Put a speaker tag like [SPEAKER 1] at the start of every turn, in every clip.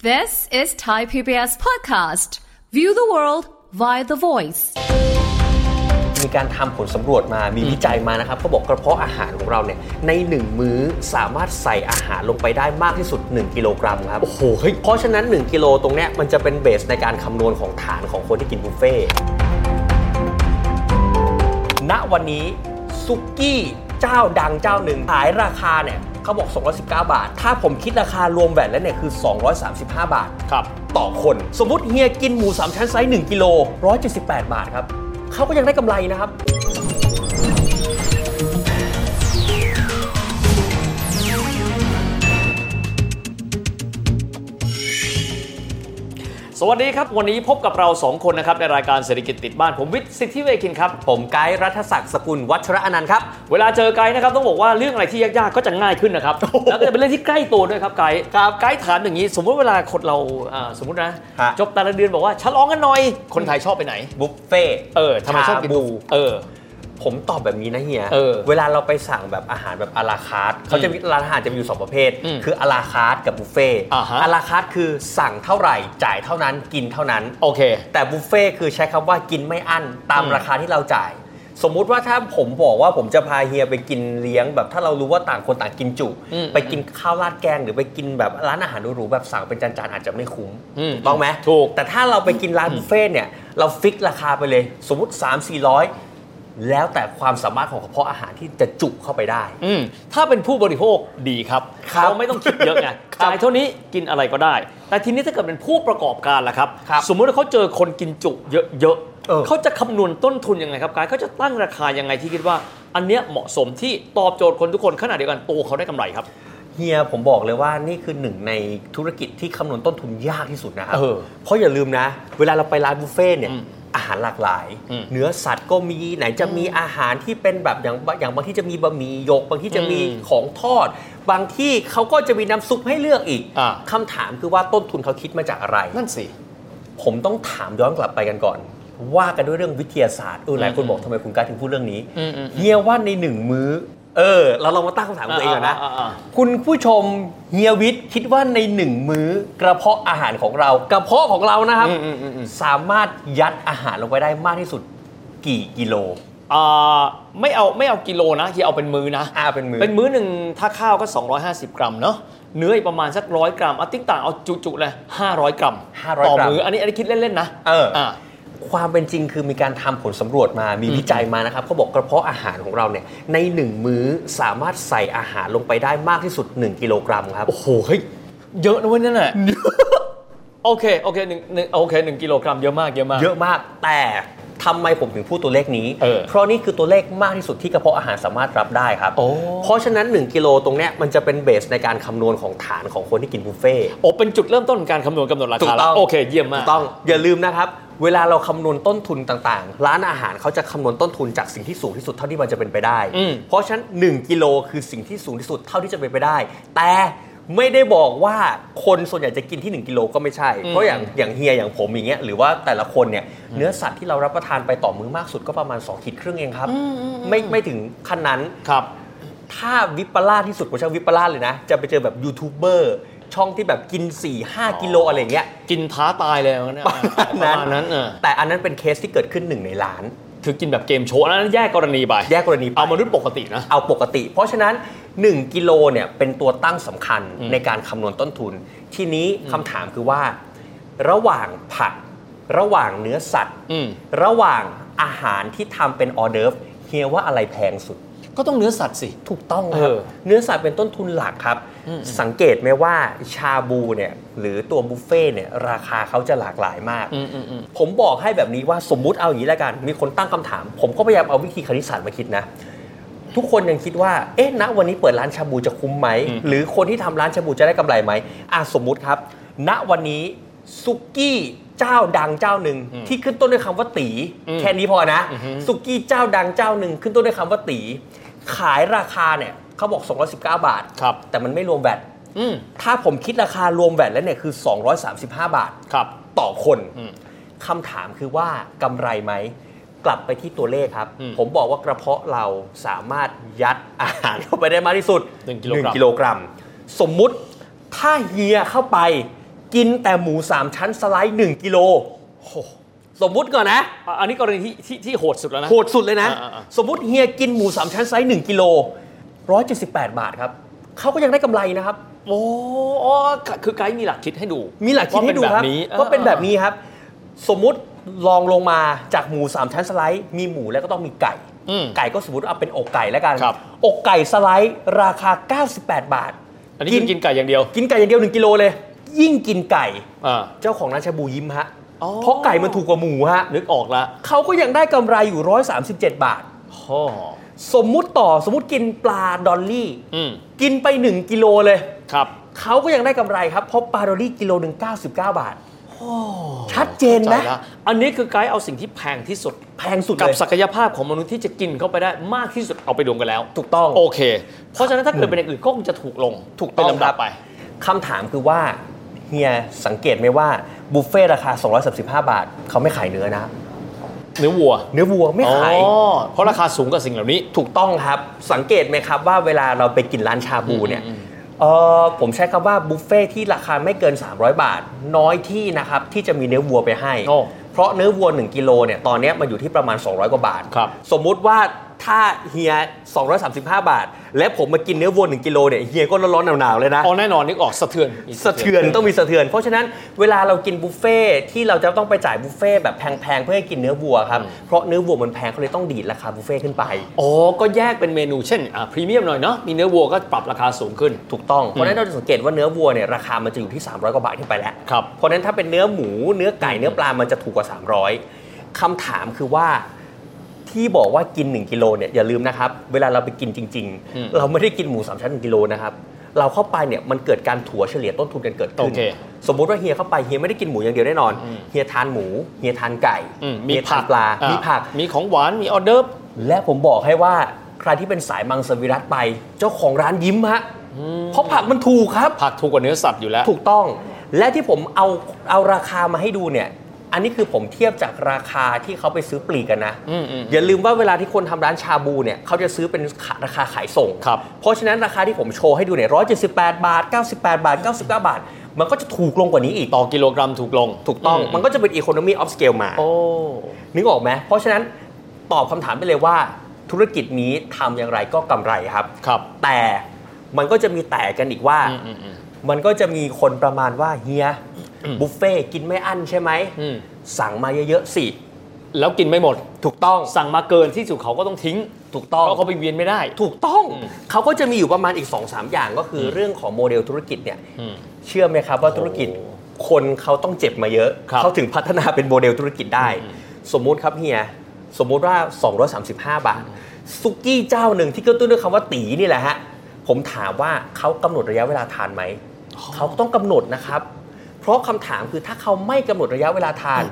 [SPEAKER 1] This is Thai PBS podcast. View the world via the voice.
[SPEAKER 2] มีการทำผลสำรวจมา มีวิจัยมานะครับเขาบอกกระเพาะอาหารของเราเนี่ย ใน 1 มื้อสามารถใส่อาหารลงไปได้มากที่สุด 1 กิโลกรัมครับ โอ้โห เพราะฉะนั้น 1 กิโลตรงเนี้ยมันจะเป็นเบสในการคำนวณของฐานของคนที่กินบุฟเฟ่ต์ณวันนี้ซุกี้เจ้าดังเจ้าหนึ่งขายราคาเนี่ยเขาบอก 219 บาท ถ้าผมคิดราคารวมแวนแล้วเนี่ยคือ 235 บาท
[SPEAKER 3] ครับ
[SPEAKER 2] ต่อคน สมมติเฮียกินหมู 3 ชั้นไซส์1กิโล178 บาทครับ เขาก็ยังได้กำไรนะครับ
[SPEAKER 3] สวัสดีครับ วันนี้พบกับเรา 2 คนนะครับ ในรายการเศรษฐกิจติดบ้าน ผมวิทย์สิทธิเวคินครับ
[SPEAKER 2] ผมไกด์รัฐศักดิ์สกุลวัชระอนันต์ครับ
[SPEAKER 3] เวลาเจอไกด์นะครับ ต้องบอกว่าเรื่องอะไรที่ยากๆ ก็จะง่ายขึ้นนะครับ แล้วก็จะเป็นเรื่องที่ใกล้ตัวด้วยครับไกด์
[SPEAKER 2] ครับ
[SPEAKER 3] ไกด์ถามอย่างนี้ สมมติเวลาคนเราอ่าสมมตินะ
[SPEAKER 2] ฮะ
[SPEAKER 3] จบแต่ละเดือนบอกว่าฉลองกันหน่อย คนไทยชอบไปไหน
[SPEAKER 2] บุฟเฟ่ต์
[SPEAKER 3] เออทำไมชอบกิน
[SPEAKER 2] บู
[SPEAKER 3] เออ
[SPEAKER 2] ผมตอบแบบนี้นะเฮีย
[SPEAKER 3] เออ
[SPEAKER 2] เวลาเราไปสั่งแบบอาหารแบบอาราคาร์ตเขาจะมีร้านอาหารจะมีอยู่สองประเภท
[SPEAKER 3] อืม
[SPEAKER 2] คืออาราคาร์ตกับบุฟเฟ่ต์
[SPEAKER 3] อ่าฮะ
[SPEAKER 2] อาราคาร์ตคือสั่งเท่าไหร่จ่ายเท่านั้นกินเท่านั้น
[SPEAKER 3] โอเค
[SPEAKER 2] แต่บุฟเฟ่ต์คือใช้คำว่ากินไม่อั้นตาม
[SPEAKER 3] อืม
[SPEAKER 2] ราคาที่เราจ่าย สมมุติว่าถ้าผมบอกว่าผมจะพาเฮียไปกินเลี้ยงแบบถ้าเรารู้ว่าต่างคนต่างกินจุ
[SPEAKER 3] อืม
[SPEAKER 2] ไปกินข้าวราดแกง หรือไปกินแบบร้านอาหารหรูๆแบบสั่งเป็นจานๆอาจจะไม่คุ้ม
[SPEAKER 3] อืม
[SPEAKER 2] ถูกต้องไหม
[SPEAKER 3] ถูก
[SPEAKER 2] แต่ถ้าเราไปกินร้านบุฟเฟ่ต์เนี่ยเราฟิกราคาไปเลย สมมติ 3 4 0 0 แล้วแต่ความสามารถของกระเพาะอาหารที่จะจุเข้าไปได้
[SPEAKER 3] อืมถ้าเป็นผู้บริโภคดีครับ
[SPEAKER 2] ครับ
[SPEAKER 3] เขาไม่ต้องคิดเยอะไง
[SPEAKER 2] ครับ
[SPEAKER 3] จ่ายเท่านี้กินอะไรก็ได้ แต่ทีนี้ถ้าเกิดเป็นผู้ประกอบการล่ะครับ
[SPEAKER 2] ครับ
[SPEAKER 3] สมมุติว่าเขาเจอคนกินจุเยอะ
[SPEAKER 2] เออ
[SPEAKER 3] ๆเขาจะคำนวณต้นทุนยังไงครับกายเขาจะตั้งราคายังไงที่คิดว่า อันเนี้ยเหมาะสมที่ตอบโจทย์คนทุกคนขณะเดียวกันตัวเขาได้กำไรครับ
[SPEAKER 2] เฮียผมบอกเลยว่านี่คือหนึ่งในธุรกิจที่คำนวณต้นทุนยากที่สุดนะครั
[SPEAKER 3] เออ
[SPEAKER 2] เพราะอย่าลืมนะ เวลาเราไปร้านบุฟเฟ่ต์เนี่ย
[SPEAKER 3] อืม
[SPEAKER 2] อาหารหลากหลาย
[SPEAKER 3] อืม
[SPEAKER 2] เนื้อสัตว์ก็มีไหนจะมีอาหารที่เป็นแบบอย่างอย่างบางที่จะมีบะหมี่หยก บางที่จะมี
[SPEAKER 3] อืม
[SPEAKER 2] ของทอด บางที่เขาก็จะมีน้ำซุปให้เลือกอีก
[SPEAKER 3] อ่า
[SPEAKER 2] คำถามคือว่าต้นทุนเขาคิดมาจากอะไร
[SPEAKER 3] นั่นสิ
[SPEAKER 2] ผมต้องถามย้อนกลับไปกันก่อน ว่ากันด้วยเรื่องวิทยาศาสตร์เออหลายคนบอกทำไมคุณกล้าถึงพูดเรื่องนี้
[SPEAKER 3] อืมอืมอืม
[SPEAKER 2] เฮียว่าในหนึ่งมื้อ เออ เราลองมาตั้งคำถามกับตัวเองก่อนนะ
[SPEAKER 3] อ่าๆ
[SPEAKER 2] คุณผู้ชมเฮียวิทย์คิดว่าในหนึ่งมื้อกระเพาะอาหารของเรา กระเพาะของเรานะครับ
[SPEAKER 3] อืมอืมอืมอืม
[SPEAKER 2] สามารถยัดอาหารลงไปได้มากที่สุดกี่กิโล
[SPEAKER 3] ๆอ่าไม่เอาไม่เอากิโลนะที่เอาเป็นมือนะ
[SPEAKER 2] อาเป็นมือ
[SPEAKER 3] เป็นมื้อหนึ่งถ้าข้าวก็ 250 กรัมเนาะเนื้ออีกประมาณสักร้อยกรัมเอาติ๊กต่างเอาจุๆเลย500 กรัม
[SPEAKER 2] 500
[SPEAKER 3] ต่อก
[SPEAKER 2] รัม
[SPEAKER 3] มืออันนี้อันนี้คิดเล่น ๆ นะ
[SPEAKER 2] เอออ่
[SPEAKER 3] ะ
[SPEAKER 2] ความเป็นจริงคือมีการทำผลสำรวจมา มีวิจัยมานะครับเขาบอกกระเพาะอาหารของเราเนี่ยในหนึ่งมื้อสามารถใส่อาหารลงไปได้มากที่สุด 1 กิโลกรัมครับ
[SPEAKER 3] โอ้โหเฮ้ยเยอะนะเว้ยนั่นแหละโอเคโอเคหนึ่งหนึ่งโอเคหนึ่งกิโลกรัมเยอะมากเยอะมาก
[SPEAKER 2] เยอะมากแต่ทำไมผมถึงพูดตัวเลขนี้
[SPEAKER 3] เออ
[SPEAKER 2] เพราะนี่คือตัวเลขมากที่สุดที่กระเพาะอาหารสามารถรับได้ครับ
[SPEAKER 3] โอ้
[SPEAKER 2] เพราะฉะนั้น 1 กิโลตรงเนี้ยมันจะเป็นเบสในการคำนวณของฐานของคนที่กินบุฟเฟ่ต์
[SPEAKER 3] โอเป็นจุดเริ่มต้นของการคำนวณกำหนดราคาแล้วโอเคเยี่ยมมาก
[SPEAKER 2] ถูต้องอย่าลืมนะครับ เวลาเราคำนวณต้นทุนต่างๆ ร้านอาหารเขาจะคำนวณต้นทุนจากสิ่งที่สูงที่สุดเท่าที่มันจะเป็นไปได้
[SPEAKER 3] อืม
[SPEAKER 2] เพราะฉะนั้น 1 กิโลคือสิ่งที่สูงที่สุดเท่าที่จะเป็นไปได้ แต่ไม่ได้บอกว่าคนส่วนใหญ่จะกินที่ 1 กิโลก็ไม่ใช่ เพราะอย่างอย่างเฮียอย่างผมอย่างเงี้ยหรือว่าแต่ละคนเนี่ยเนื้อสัตว์ที่เรารับประทานไปต่อมื้อมากสุดก็ประมาณ2ขีดครึ่งเองครับไม่ไม่ถึงขั้นนั้น
[SPEAKER 3] ครับ
[SPEAKER 2] ถ้าวิปลาสที่สุดผมใช้วิปลาสเลยนะ จะไปเจอแบบยูทูบเบอร์ช่องที่แบบกิน 4 5 กิโลอะไรอย่างเงี้ย
[SPEAKER 3] กินท้าตายเลยนะประมาณนั้นเออ
[SPEAKER 2] แต่อันนั้นเป็นเคสที่เกิดขึ้นหนึ่งในล้าน
[SPEAKER 3] ถือกินแบบเกมโชว์อันนั้นแยกกรณีไป
[SPEAKER 2] แยกกรณีไป
[SPEAKER 3] เอามนุษย์ปกตินะ
[SPEAKER 2] เอาปกติ เพราะฉะนั้น 1 กิโลเนี่ยเป็นตัวตั้งสำคัญในการคำนวณต้นทุน ทีนี้คำถามคือว่า ระหว่างผัก ระหว่างเนื้อสัตว์
[SPEAKER 3] อืม
[SPEAKER 2] ระหว่างอาหารที่ทำเป็นออเดิร์ฟเฮียว่าอะไรแพงสุด
[SPEAKER 3] ก็ต้องเนื้อสัตว์สิ
[SPEAKER 2] ถูกต้องครับ
[SPEAKER 3] เออ
[SPEAKER 2] เนื้อสัตว์เป็นต้นทุนหลักครับ สังเกตไหมว่าชาบูเนี่ยหรือตัวบุฟเฟ่ต์เนี่ยราคาเขาจะหลากหลายมาก
[SPEAKER 3] อืมอืมอืม
[SPEAKER 2] ผมบอกให้แบบนี้ว่าสมมุติเอาอย่างนี้แล้วกัน มีคนตั้งคำถาม ผมก็พยายามเอาวิธีคณิตศาสตร์มาคิดนะ ทุกคนยังคิดว่า เอ๊ะณวันนี้เปิดร้านชาบูจะคุ้มไหม หรือคนที่ทำร้านชาบูจะได้กำไรไหมอ่ะสมมุติครับ ณวันนี้สุกี้เจ้าดังเจ้าหนึ่งที่ขึ้นต้นด้วยคำว่าตีแค่นี้พอนะสุกี้เจ้าดังเจ้าหนึ่งขึ้นต้นด้วยคำว่าตี ขายราคาเนี่ยเขาบอก 219 บาท
[SPEAKER 3] ครับ
[SPEAKER 2] แต่มันไม่รวมแวต
[SPEAKER 3] อืม
[SPEAKER 2] ถ้าผมคิดราคารวมแวตแล้วเนี่ยคือ 235 บาท
[SPEAKER 3] ครับ
[SPEAKER 2] ต่อคน
[SPEAKER 3] อืม
[SPEAKER 2] คำถามคือว่ากำไรไหม กลับไปที่ตัวเลขครับ
[SPEAKER 3] อืม
[SPEAKER 2] ผมบอกว่ากระเพาะเราสามารถยัดอาหารเข้าไปได้มากที่สุด
[SPEAKER 3] หนึ่งกิโลกรัม
[SPEAKER 2] หนึ่งกิโลกรัม สมมุติถ้าเฮียเข้าไป กินแต่หมู 3 ชั้นสไลด์ 1 กิโลสมมุติก่อนนะ
[SPEAKER 3] อ่ะอันนี้กรณีที่ที่ที่โหดสุดแล้วนะ
[SPEAKER 2] โหดสุดเลยนะ
[SPEAKER 3] อ่าอ่า
[SPEAKER 2] สมมติเฮียกินหมู 3 ชั้นไซส์1กิโล178 บาทครับเขาก็ยังได้กำไรนะครับ
[SPEAKER 3] โอ้อ๋อคือไกด์มีหลักคิดให้ดู
[SPEAKER 2] มีหลักคิดให้ดูครับ
[SPEAKER 3] ว่า
[SPEAKER 2] ว่า
[SPEAKER 3] เป็
[SPEAKER 2] เป็น น
[SPEAKER 3] แบ
[SPEAKER 2] แบบ บ
[SPEAKER 3] นี้
[SPEAKER 2] นี้ครับ สมมติลองลงมาจากหมู 3 ชั้นสไลด์มีหมูแล้วก็ต้องมีไก่
[SPEAKER 3] อืม
[SPEAKER 2] ไก่ก็สมมติเอาเป็นอกไก่แล้วกัน
[SPEAKER 3] ครับ
[SPEAKER 2] อกไก่สไลด์ราคา 98 บาท
[SPEAKER 3] อันนี้กินกินไก่อย่างเดียว
[SPEAKER 2] กินไก่อย่างเดียว 1กิโลเลย ยิ่งกินไก่
[SPEAKER 3] อ่า
[SPEAKER 2] เจ้าของร้านชาบูยิ้มฮะ
[SPEAKER 3] อ๋อ
[SPEAKER 2] เพราะไก่มันถูกกว่าหมูฮะ
[SPEAKER 3] นึกออกละ
[SPEAKER 2] เขาก็ยังได้กำไรอยู่ 137 บาท
[SPEAKER 3] ฮ่อ
[SPEAKER 2] สมมุติต่อสมมุติกินปลาดอลลี่
[SPEAKER 3] อืม
[SPEAKER 2] กินไป 1 กิโลเลย
[SPEAKER 3] ครับ
[SPEAKER 2] เขาก็ยังได้กำไรครับ เพราะปลาดอลลี่กิโลหนึ่ง99 บาท ชัดเจนนะ
[SPEAKER 3] ข้าใจละอันนี้คือไกด์เอาสิ่งที่แพงที่สุด
[SPEAKER 2] แพงสุด
[SPEAKER 3] กับ
[SPEAKER 2] เลย
[SPEAKER 3] ศักยภาพของมนุษย์ที่จะกินเข้าไปได้มากที่สุดเอาไปรวมกันแล้ว
[SPEAKER 2] ถูกต้อง
[SPEAKER 3] โอเค เพราะฉะนั้นถ้าเกิดเป็นอย่างอื่นก็คงจะถูกลง
[SPEAKER 2] ถูกต้อง
[SPEAKER 3] เป็นลำดับ
[SPEAKER 2] ครับ
[SPEAKER 3] ไป
[SPEAKER 2] คำถามคือว่า เฮียสังเกตไหมว่าบุฟเฟ่ต์ราคา 235 บาท เขาไม่ขายเนื้อนะ
[SPEAKER 3] เนื้อวัว
[SPEAKER 2] เนื้อวัวไม่ขาย
[SPEAKER 3] อ๋อเพราะราคาสูงกว่าสิ่งเหล่านี้
[SPEAKER 2] ถูกต้องครับ สังเกตไหมครับว่าเวลาเราไปกินร้านชาบูเนี่ยเออผมใช้คำว่าบุฟเฟ่ที่ราคาไม่เกิน 300 บาท น้อยที่นะครับ ที่จะมีเนื้อวัวไปให้
[SPEAKER 3] โอ้
[SPEAKER 2] เพราะเนื้อวัว 1 กิโลเนี่ยตอนเนี้ยมันอยู่ที่ประมาณ 200 กว่าบาท
[SPEAKER 3] ครับ
[SPEAKER 2] สมมุติว่าถ้าเฮีย 235 บาท และผมมากินเนื้อวัว 1 กิโลเนี่ยเฮียก็ร้อนๆหนาวๆเลยนะ
[SPEAKER 3] อ๋อแน่นอนนึกออกสะเทือนมี
[SPEAKER 2] สะเทือนต้องมีสะเทือน เพราะฉะนั้นเวลาเรากินบุฟเฟ่ที่เราจะต้องไปจ่ายบุฟเฟ่แบบแพงๆเพื่อให้กินเนื้อวัวครับเพราะเนื้อวัวมันแพงเขาเลยต้องดีดราคาบุฟเฟ่ขึ้นไป
[SPEAKER 3] อ๋อก็แยกเป็นเมนูเช่นอ่าพรีเมียมหน่อยเนาะมีเนื้อวัวก็ปรับราคาสูงขึ้น
[SPEAKER 2] ถูกต้อง เพราะฉะนั้นเราจะสังเกตว่าเนื้อวัวเนี่ยราคามันจะอยู่ที่ 300 กว่าบาทขึ้นไปแล้ว
[SPEAKER 3] ครับ
[SPEAKER 2] เพราะฉะนั้นถ้าเป็นเนื้อหมูเนื้อไก่เนื้อปลามันจะถูกกว่า 300คำถามคือว่าที่บอกว่ากิน 1กิโลเนี่ยอย่าลืมนะครับ เวลาเราไปกินจริง
[SPEAKER 3] อืม
[SPEAKER 2] ๆ เราไม่ได้กินหมูสามชั้นหนึ่งกิโลนะครับเราเข้าไปเนี่ยมันเกิดการถัวเฉลี่ยต้นทุนกันเกิดขึ้น
[SPEAKER 3] โอเค
[SPEAKER 2] สมมุติว่าเฮียเข้าไปเฮียไม่ได้กินหมูอย่างเดียวแน่นอน
[SPEAKER 3] อืม
[SPEAKER 2] เฮียทานหมูเฮียทานไก่
[SPEAKER 3] อืมมี
[SPEAKER 2] เฮียทา
[SPEAKER 3] ผั
[SPEAKER 2] นปลามีผัก
[SPEAKER 3] มีของหวานมีออเดิร์ฟ
[SPEAKER 2] และผมบอกให้ว่าใครที่เป็นสายมังสวิรัตไป เจ้าของร้านยิ้มฮะเพราะผักมันถูกครับ
[SPEAKER 3] ผักถูกกว่าเนื้อสัตว์อยู่แล้ว
[SPEAKER 2] ถูกต้องและที่ผมเอาเอาราคามาให้ดูเนี่ย อันนี้คือผมเทียบจากราคาที่เขาไปซื้อปลีกกันนะ
[SPEAKER 3] อืมอืม
[SPEAKER 2] อย่าลืมว่าเวลาที่คนทำร้านชาบูเนี่ยเขาจะซื้อเป็นขาราคาขายส่ง
[SPEAKER 3] ครับ
[SPEAKER 2] เพราะฉะนั้นราคาที่ผมโชว์ให้ดูเนี่ยร้อยเจ็ดสิบแปดบาทเก้าสิบแปดบาทเก้าสิบเก้าบาท มันก็จะถูกลงกว่านี้อีก
[SPEAKER 3] ต่อกิโลกรัมถูกลง
[SPEAKER 2] ถูกต้องมันก็จะเป็น economy of scale มา
[SPEAKER 3] โอ้
[SPEAKER 2] นึกออกไหมเพราะฉะนั้นตอบคำถามไปเลยว่า ธุรกิจนี้ทำอย่างไรก็กำไรครับ
[SPEAKER 3] ครับ
[SPEAKER 2] แต่มันก็จะมีแต่กันอีกว่า
[SPEAKER 3] อืมอืมอืม
[SPEAKER 2] มันก็จะมีคนประมาณว่าเฮียบุฟเฟ่ต์กินไม่อั้นใช่ไหม
[SPEAKER 3] อืม
[SPEAKER 2] สั่งมาเยอะๆสิ
[SPEAKER 3] แล้วกินไม่หมด
[SPEAKER 2] ถูกต้อง
[SPEAKER 3] สั่งมาเกินที่สุดเขาก็ต้องทิ้ง
[SPEAKER 2] ถูกต้อง
[SPEAKER 3] เพราะเขาไปเวียนไม่ได้
[SPEAKER 2] ถูกต้อง เขาก็จะมีอยู่ประมาณอีก 2-3สามอย่างก็คืออเรื่องของโมเดลธุรกิจเนี่ย
[SPEAKER 3] อืม
[SPEAKER 2] เชื่อไหมครับว่าธุรกิจ
[SPEAKER 3] โอ้
[SPEAKER 2] คนเขาต้องเจ็บมาเยอะ
[SPEAKER 3] ครับ
[SPEAKER 2] เขาถึงพัฒนาเป็นโมเดลธุรกิจได้ สมมุติครับเฮีย สมมุติว่า 235 บาทซุกี้เจ้าหนึ่งที่กระตุ้นด้วยคำว่าตีนี่แหละฮะ ผมถามว่าเขากำหนดระยะเวลาทานไหม เขาต้องกำหนดนะครับ เพราะคำถามคือถ้าเขาไม่กำหนดระยะเวลาทาน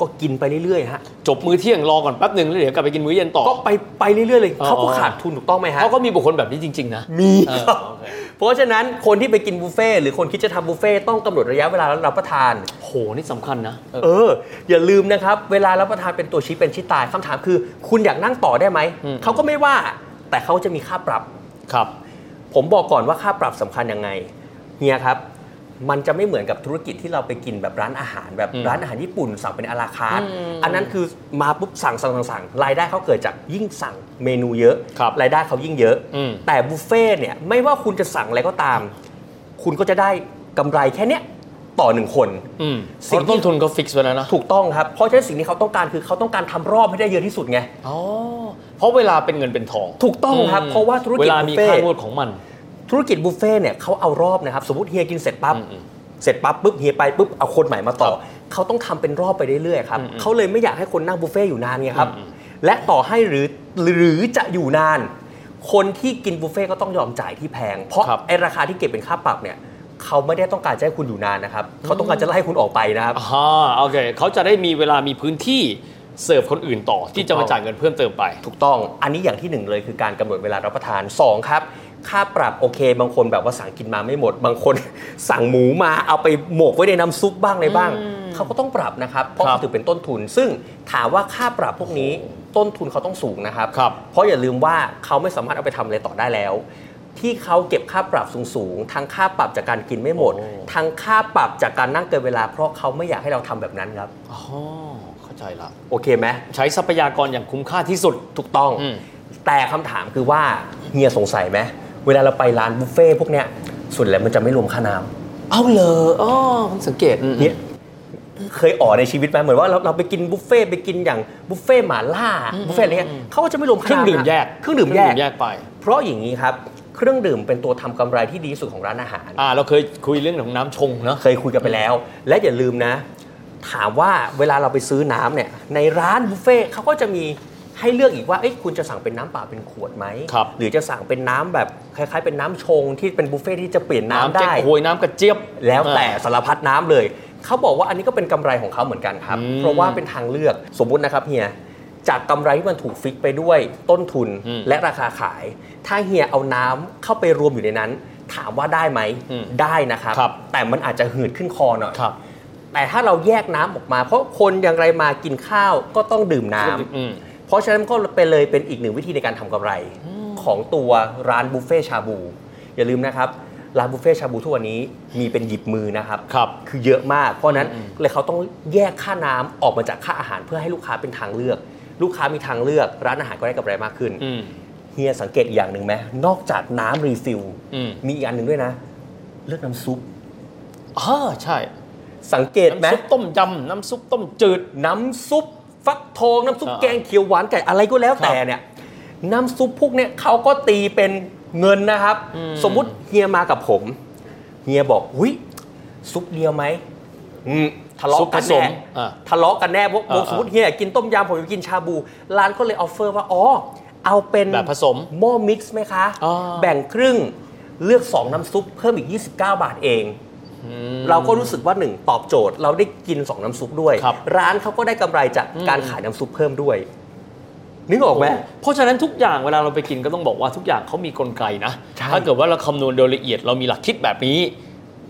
[SPEAKER 2] ก็กินไปเรื่อยๆฮะ
[SPEAKER 3] จบมื้อเที่ยงรอก่อนแป๊บหนึ่งแล้วเดี๋ยวกลับไปกินมื้อเย็นต่อ
[SPEAKER 2] ก็ไปไปเรื่อยๆเลย
[SPEAKER 3] อ๋อ
[SPEAKER 2] เขาก็ขาดทุนถูกต้องไหมฮะ
[SPEAKER 3] เขาก็มีบุคคลแบบนี้จริง ๆ นะ
[SPEAKER 2] มี
[SPEAKER 3] เออ
[SPEAKER 2] ครับ
[SPEAKER 3] โอเค
[SPEAKER 2] เพราะฉะนั้นคนที่ไปกินบุฟเฟ่ต์หรือคนคิดจะทำบุฟเฟ่ต์ต้องกำหนดระยะเวลารับประทาน
[SPEAKER 3] โห นี่สำคัญนะเออ
[SPEAKER 2] เออ อย่าลืมนะครับ เวลารับประทานเป็นตัวชี้เป็นชี้ตายคำถามคือ คุณอยากนั่งต่อได้ไหม
[SPEAKER 3] อืม
[SPEAKER 2] เขาก็ไม่ว่า แต่เขาจะมีค่าปรับ
[SPEAKER 3] ครับ
[SPEAKER 2] ผมบอกก่อนว่าค่าปรับสำคัญยังไงเนี่ยครับ มันจะไม่เหมือนกับธุรกิจที่เราไปกินแบบร้านอาหารแบบ
[SPEAKER 3] อืม
[SPEAKER 2] ร้านอาหารญี่ปุ่นสั่งเป็นอาราคาร์ท
[SPEAKER 3] อืม
[SPEAKER 2] อันนั้นคือมาปุ๊บสั่งสั่งสั่งสั่งรายได้เขาเกิดจากยิ่งสั่งเมนูเยอะ
[SPEAKER 3] ครับ
[SPEAKER 2] ยได้เขายิ่งเยอะ
[SPEAKER 3] อืม
[SPEAKER 2] แต่บุฟเฟ่ต์เนี่ยไม่ว่าคุณจะสั่งอะไรก็ตาม คุณก็จะได้กำไรแค่เนี้ยต่อหนึ่งคน
[SPEAKER 3] อืม
[SPEAKER 2] สิ่
[SPEAKER 3] สิ่
[SPEAKER 2] ง
[SPEAKER 3] ง
[SPEAKER 2] ที่
[SPEAKER 3] ต้นทุนก็ฟิกซ์ไว้แล้วนะ
[SPEAKER 2] ถูกต้องครับ เพราะฉะนั้นสิ่งที่เขาต้องการคือเขาต้องการทำรอบให้ได้เยอะที่สุดไง
[SPEAKER 3] อ๋อเพราะเวลาเป็นเงินเป็นทอง
[SPEAKER 2] ถูกต้องครับ เพราะว่าธุร
[SPEAKER 3] เว
[SPEAKER 2] กิจ
[SPEAKER 3] ลา
[SPEAKER 2] บุ
[SPEAKER 3] มี
[SPEAKER 2] ฟเฟ่
[SPEAKER 3] ค่า
[SPEAKER 2] ต์
[SPEAKER 3] งวดของมัน
[SPEAKER 2] ธุรกิจบุฟเฟ่ต์เนี่ยเขาเอารอบนะครับ สมมติเฮียกินเสร็จปั๊บ
[SPEAKER 3] อืมอืม
[SPEAKER 2] เสร็จปั๊บปุ๊บเฮียไปปุ๊บเอาคนใหม่มาต่อ เขาต้องทำเป็นรอบไปเรื่อยๆครับ
[SPEAKER 3] อืมอืม
[SPEAKER 2] เขาเลยไม่อยากให้คนนั่งบุฟเฟ่ต์อยู่นานไงครับ
[SPEAKER 3] อืมอืม
[SPEAKER 2] และต่อให้หรือหรือจะอยู่นาน คนที่กินบุฟเฟ่ต์ก็ต้องยอมจ่ายที่แพง เพราะไอราคาที่เก็บเป็นค่าปรับเนี่ยเขาไม่ได้ต้องการจะให้คุณอยู่นานนะครับเขาต้องการจะไล่คุณออกไปนะครับ
[SPEAKER 3] อ่าโอเคเขาจะได้มีเวลามีพื้นที่เสิร์ฟคนอื่นต่อที่จะมาจ่ายเงินเพิ่มเติมไป
[SPEAKER 2] ถูกต้อง อันนี้อย่างที่หนึ่งเลยคือการกำหนดเวลารับประทาน 2 ครับ ค่าปรับโอเค บางคนแบบว่าสั่งกินมาไม่หมด บางคน สั่งหมูมาเอาไปหมกไว้ในน้ำซุปบ้างอะไรบ้าง เขาก็ต้องปรับนะครับ เพราะ
[SPEAKER 3] ครับ
[SPEAKER 2] เขาถือเป็นต้นทุน ซึ่งถามว่าค่าปรับพวกนี้ต้นทุนเขาต้องสูงนะครับ
[SPEAKER 3] ครับ
[SPEAKER 2] เพราะอย่าลืมว่าเขาไม่สามารถเอาไปทำอะไรต่อได้แล้ว ที่เขาเก็บค่าปรับสูงๆ ทั้งค่าปรับจากการกินไม่หมด
[SPEAKER 3] โอ้
[SPEAKER 2] ทั้งค่าปรับจากการนั่งเกินเวลา เพราะเขาไม่อยากให้เราทำแบบนั้นครับ
[SPEAKER 3] อ๋อเข้าใจละ
[SPEAKER 2] โอเคไหม
[SPEAKER 3] ใช้ทรัพยากรอย่างคุ้มค่าที่สุด
[SPEAKER 2] ถูกต้อง
[SPEAKER 3] อืม
[SPEAKER 2] แต่คำถามคือว่าเฮียสงสัยไหมเวลาเราไปร้านบุฟเฟ่ต์พวกเนี้ยส่วนแล้วมันจะไม่รวมค่าน้ำ
[SPEAKER 3] เอาเลยอ๋อผมสังเกตอืม
[SPEAKER 2] เนี่ยเคยอ๋อในชีวิตไหมเหมือนว่าเราเราไปกินบุฟเฟ่ต์ไปกินอย่างบุฟเฟ่ต์หมาล่าบุฟเฟ่ต์อะไรเงี้ยเขาก็จะไม่รวม
[SPEAKER 3] เครื่องดื่มแยก
[SPEAKER 2] เครื่องดื่มแยก
[SPEAKER 3] ไป
[SPEAKER 2] เพราะอย่างนี้ครับ เครื่องดื่มเป็นตัวทำกำไรที่ดีที่สุดของร้านอาหาร
[SPEAKER 3] อ่า เราเคยคุยเรื่องของน้ำชงเนอะ
[SPEAKER 2] เคยคุยกันไปแล้ว และอย่าลืมนะ ถามว่าเวลาเราไปซื้อน้ำเนี่ยในร้านบุฟเฟ่ต์เขาก็จะมีให้เลือกอีกว่าเอ้ยคุณจะสั่งเป็นน้ำเปล่าเป็นขวดไหม
[SPEAKER 3] ครับ
[SPEAKER 2] หรือจะสั่งเป็นน้ำแบบคล้ายๆ เป็นน้ำชงที่เป็นบุฟเฟ่ต์ที่จะเปลี่ยนน้ำ
[SPEAKER 3] ำเจ๊ก
[SPEAKER 2] ได้
[SPEAKER 3] หวยน้ำกระเจี๊ยบ
[SPEAKER 2] แล้วแต่สารพัดน้ำเลย เขาบอกว่าอันนี้ก็เป็นกำไรของเขาเหมือนกันครับ
[SPEAKER 3] อืม
[SPEAKER 2] เพราะว่าเป็นทางเลือกสมมุตินะครับเฮียจากกำไรที่มันถูกฟิกไปด้วยต้นทุน
[SPEAKER 3] อืม
[SPEAKER 2] และราคาขาย ถ้าเฮียเอาน้ำเข้าไปรวมอยู่ในนั้น ถามว่าได้ไหม
[SPEAKER 3] อืม
[SPEAKER 2] ได้นะครับ
[SPEAKER 3] ครับ
[SPEAKER 2] แต่มันอาจจะหืดขึ้นคอหน่อย
[SPEAKER 3] ครับ
[SPEAKER 2] แต่ถ้าเราแยกน้ำออกมา เพราะคนอย่างไรมากินข้าวก็ต้องดื่มน้ำ
[SPEAKER 3] อืม
[SPEAKER 2] เพราะฉะนั้นมันก็เป็นเลยเป็นอีกหนึ่งวิธีในการทำกำไร ของตัวร้านบุฟเฟ่ชาบู อย่าลืมนะครับร้านบุฟเฟ่ชาบูทุกวันนี้มีเป็นหยิบมือนะครับ
[SPEAKER 3] ครับ
[SPEAKER 2] คือเยอะมาก เพราะฉะนั้นเลยเขาต้องแยกค่าน้ำออกมาจากค่าอาหารเพื่อให้ลูกค้าเป็นทางเลือก ลูกค้ามีทางเลือก ร้านอาหารก็ได้กำไรมากขึ้น
[SPEAKER 3] อืม
[SPEAKER 2] เฮียสังเกตอีกอย่างหนึ่งไหมนอกจากน้ำรีฟิล
[SPEAKER 3] อืม
[SPEAKER 2] มีอีกอันหนึ่งด้วยนะ เลือกน้ำซุป
[SPEAKER 3] อ่าใช่
[SPEAKER 2] สังเกตไหม
[SPEAKER 3] น้ำซุปต้มยำน้ำซุปต้มจืด
[SPEAKER 2] น้ำซุปฟักทองน้ำซุป
[SPEAKER 3] อ่า
[SPEAKER 2] แกงเขียวหวานไก่อะไรก็แล้วแต่เนี่ยน้ำซุปพวกเนี้ยเขาก็ตีเป็นเงินนะครับ
[SPEAKER 3] อืม
[SPEAKER 2] สมมุติเฮียมากับผม เฮียบอกหุยซุปเดียวไหมอืมทะเลาะ
[SPEAKER 3] ซุปผ
[SPEAKER 2] กัน
[SPEAKER 3] ส
[SPEAKER 2] แน่
[SPEAKER 3] มอ่า
[SPEAKER 2] ทะเลาะกันแน่เพราะ
[SPEAKER 3] อ่า
[SPEAKER 2] สมมติเฮียกินต้มยำผมจะกินชาบู ร้านก็เลยออฟเฟอร์ว่า อ๋อ เอาเป็น
[SPEAKER 3] แบบผสม
[SPEAKER 2] หม้อมิกซ์ไหมคะ
[SPEAKER 3] อ๋อ
[SPEAKER 2] แบ่งครึ่งเลือก 2 น้ำซุปเพิ่มอีก 29 บาทเอง
[SPEAKER 3] อืม
[SPEAKER 2] เราก็รู้สึกว่า 1 ตอบโจทย์ เราได้กิน 2 น้ำซุปด้วย
[SPEAKER 3] ครับ
[SPEAKER 2] ร้านเขาก็ได้กำไรจาก
[SPEAKER 3] อืม
[SPEAKER 2] การขายน้ำซุปเพิ่มด้วย นึกออกไหม
[SPEAKER 3] เพราะฉะนั้นทุกอย่างเวลาเราไปกินก็ต้องบอกว่าทุกอย่างเขามีกลไกนะ
[SPEAKER 2] ใช่
[SPEAKER 3] ถ้าเกิดว่าเราคำนวณโดยละเอียดเรามีหลักคิดแบบนี้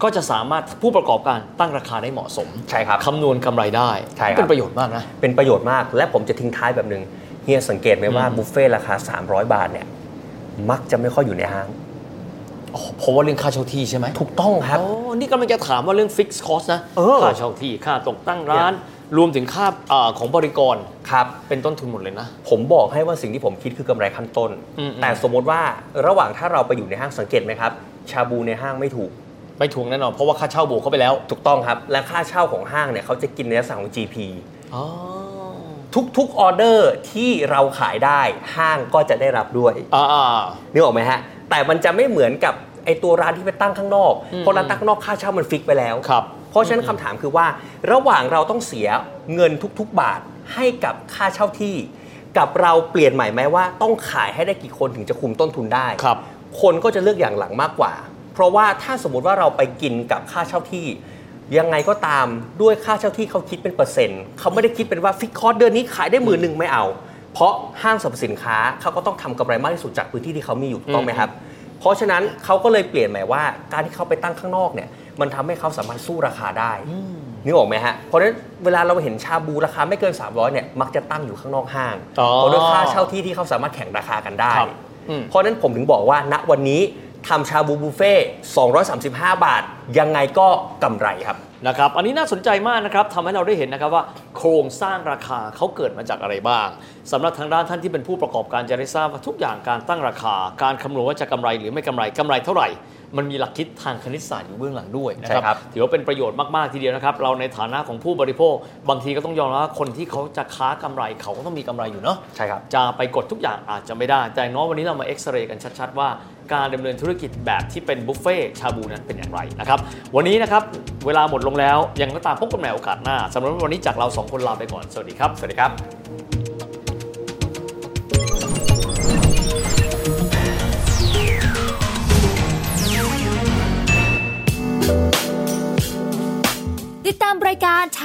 [SPEAKER 3] ก็จะสามารถผู้ประกอบการตั้งราคาได้เหมาะสม
[SPEAKER 2] ใช่ครับ
[SPEAKER 3] คำนวณกำไรได้
[SPEAKER 2] ใช่ครับ
[SPEAKER 3] เป็นประโยชน์มากนะ
[SPEAKER 2] เป็นประโยชน์มาก และผมจะทิ้งท้ายแบบหนึงเฮียสังเกตไหมว่าบุฟเฟ่ต์ราคา 300 บาทเนี่ยมักจะไม่ค่อยอยู่ในห้าง
[SPEAKER 3] อ๋อเพราะว่าเรื่องค่าเช่าที่ใช่ไหม
[SPEAKER 2] ถูกต้องครับ
[SPEAKER 3] โอ้นี่กำลังจะถามว่าเรื่องฟิกซ์คอสนะ
[SPEAKER 2] เออ
[SPEAKER 3] ค่าเช่าที่ ค่าตกตั้งร้าน รวมถึงค่าเอ่อของบริกร
[SPEAKER 2] ครับ
[SPEAKER 3] เป็นต้นทุนหมดเลยนะ
[SPEAKER 2] ผมบอกให้ว่าสิ่งที่ผมคิดคือกำไรขั้นต้น
[SPEAKER 3] อืม
[SPEAKER 2] แต่สมมติว่าระหว่างถ้าเราไปอยู่ในห้างสังเกตไหมครับ ชาบูในห้างไม่ถูก
[SPEAKER 3] ไม่ถูกแน่นอน เพราะว่าค่าเช่าบวกเข้าไปแล้ว
[SPEAKER 2] ถูกต้องครับ และค่าเช่าของห้างเนี่ยเขาจะกินในลักษณะของ GP
[SPEAKER 3] อ๋อ
[SPEAKER 2] ทุกๆออเดอร์ที่เราขายได้ห้างก็จะได้รับด้วย
[SPEAKER 3] อ่าอ่า
[SPEAKER 2] นึกออกไหมฮะ แต่มันจะไม่เหมือนกับไอตัวร้านที่ไปตั้งข้างนอก
[SPEAKER 3] อืม
[SPEAKER 2] เพราะร้านตั้งข้างนอกค่าเช่ามันฟิกไปแล้ว
[SPEAKER 3] ครับ
[SPEAKER 2] เพราะฉะนั้นคำถามคือว่าระหว่างเราต้องเสียเงินทุกๆ บาทให้กับค่าเช่าที่ กับเราเปลี่ยนใหม่ไหมว่าต้องขายให้ได้กี่คนถึงจะคุมต้นทุนได้
[SPEAKER 3] ครับ
[SPEAKER 2] คนก็จะเลือกอย่างหลังมากกว่า เพราะว่าถ้าสมมติว่าเราไปกินกับค่าเช่าที่ ยังไงก็ตามด้วยค่าเช่าที่เขาคิดเป็นเปอร์เซ็นต์เขาไม่ได้คิดเป็นว่าฟิกคอร์สเดือนนี้ขายได้หมื่นหนึ่งไม่เอา เพราะห้างสรรพสินค้าเขาก็ต้องทำกำไรมากที่สุดจากพื้นที่ที่เขามีอยู่ถูกต้องไหมครับ เพราะฉะนั้นเขาก็เลยเปลี่ยนใหมายว่าการที่เขาไปตั้งข้างนอกเนี่ยมันทำให้เขาสามารถสู้ราคาได้นึกออกไหมฮะเพราะฉะนั้นเวลาเราเห็นชาบูราคาไม่เกิน 300เนี่ยมักจะตั้งอยู่ข้างนอกห้าง
[SPEAKER 3] อ๋อ
[SPEAKER 2] เพราะด้วยค่าเช่าที่ที่เขาสามารถแข่งราคากันได้
[SPEAKER 3] ครับอืม
[SPEAKER 2] เพราะฉะนั้นผมถึงบอกว่าณวันนี้ทำชาบูบุฟเฟ่235 บาท ยังไงก็กำไรครับ
[SPEAKER 3] นะครับ อันนี้น่าสนใจมากนะครับทำให้เราได้เห็นนะครับว่าโครงสร้างราคาเขาเกิดมาจากอะไรบ้างสำหรับทางด้านท่านที่เป็นผู้ประกอบการจะได้ทราบว่าทุกอย่างการตั้งราคา การคำนวณว่าจะกำไรหรือไม่กำไรกำไรเท่าไหร่ มันมีหลักคิดทางคณิตศาสตร์อยู่เบื้องหลังด้วยนะค
[SPEAKER 2] ใช่ครั
[SPEAKER 3] รับ ถือว่าเป็นประโยชน์มาก ๆ ทีเดียวนะครับ เราในฐานะของผู้บริโภค บางทีก็ต้องยอมรับว่าคนที่เขาจะค้ากำไรเขาก็ต้องมีกำไรอยู่เนาะ
[SPEAKER 2] ใช่ครับ
[SPEAKER 3] จะไปกดทุกอย่างอาจจะไม่ได้ แต่อย่างน้อยวันนี้เรามาเอ็กซเรย์กันชัดๆ ว่าการดำเนินธุรกิจแบบที่เป็นบุฟเฟ่ชาบูนั้นเป็นอย่างไรนะครับ วันนี้นะครับ เวลาหมดลงแล้วยังก็ตามพบกันใหม่โอกาสหน้าสำหรับวันนี้จากเราสองคนลาไปก่อน สวัสดีครับ สวัสดีครับ
[SPEAKER 4] ติดตามรายการท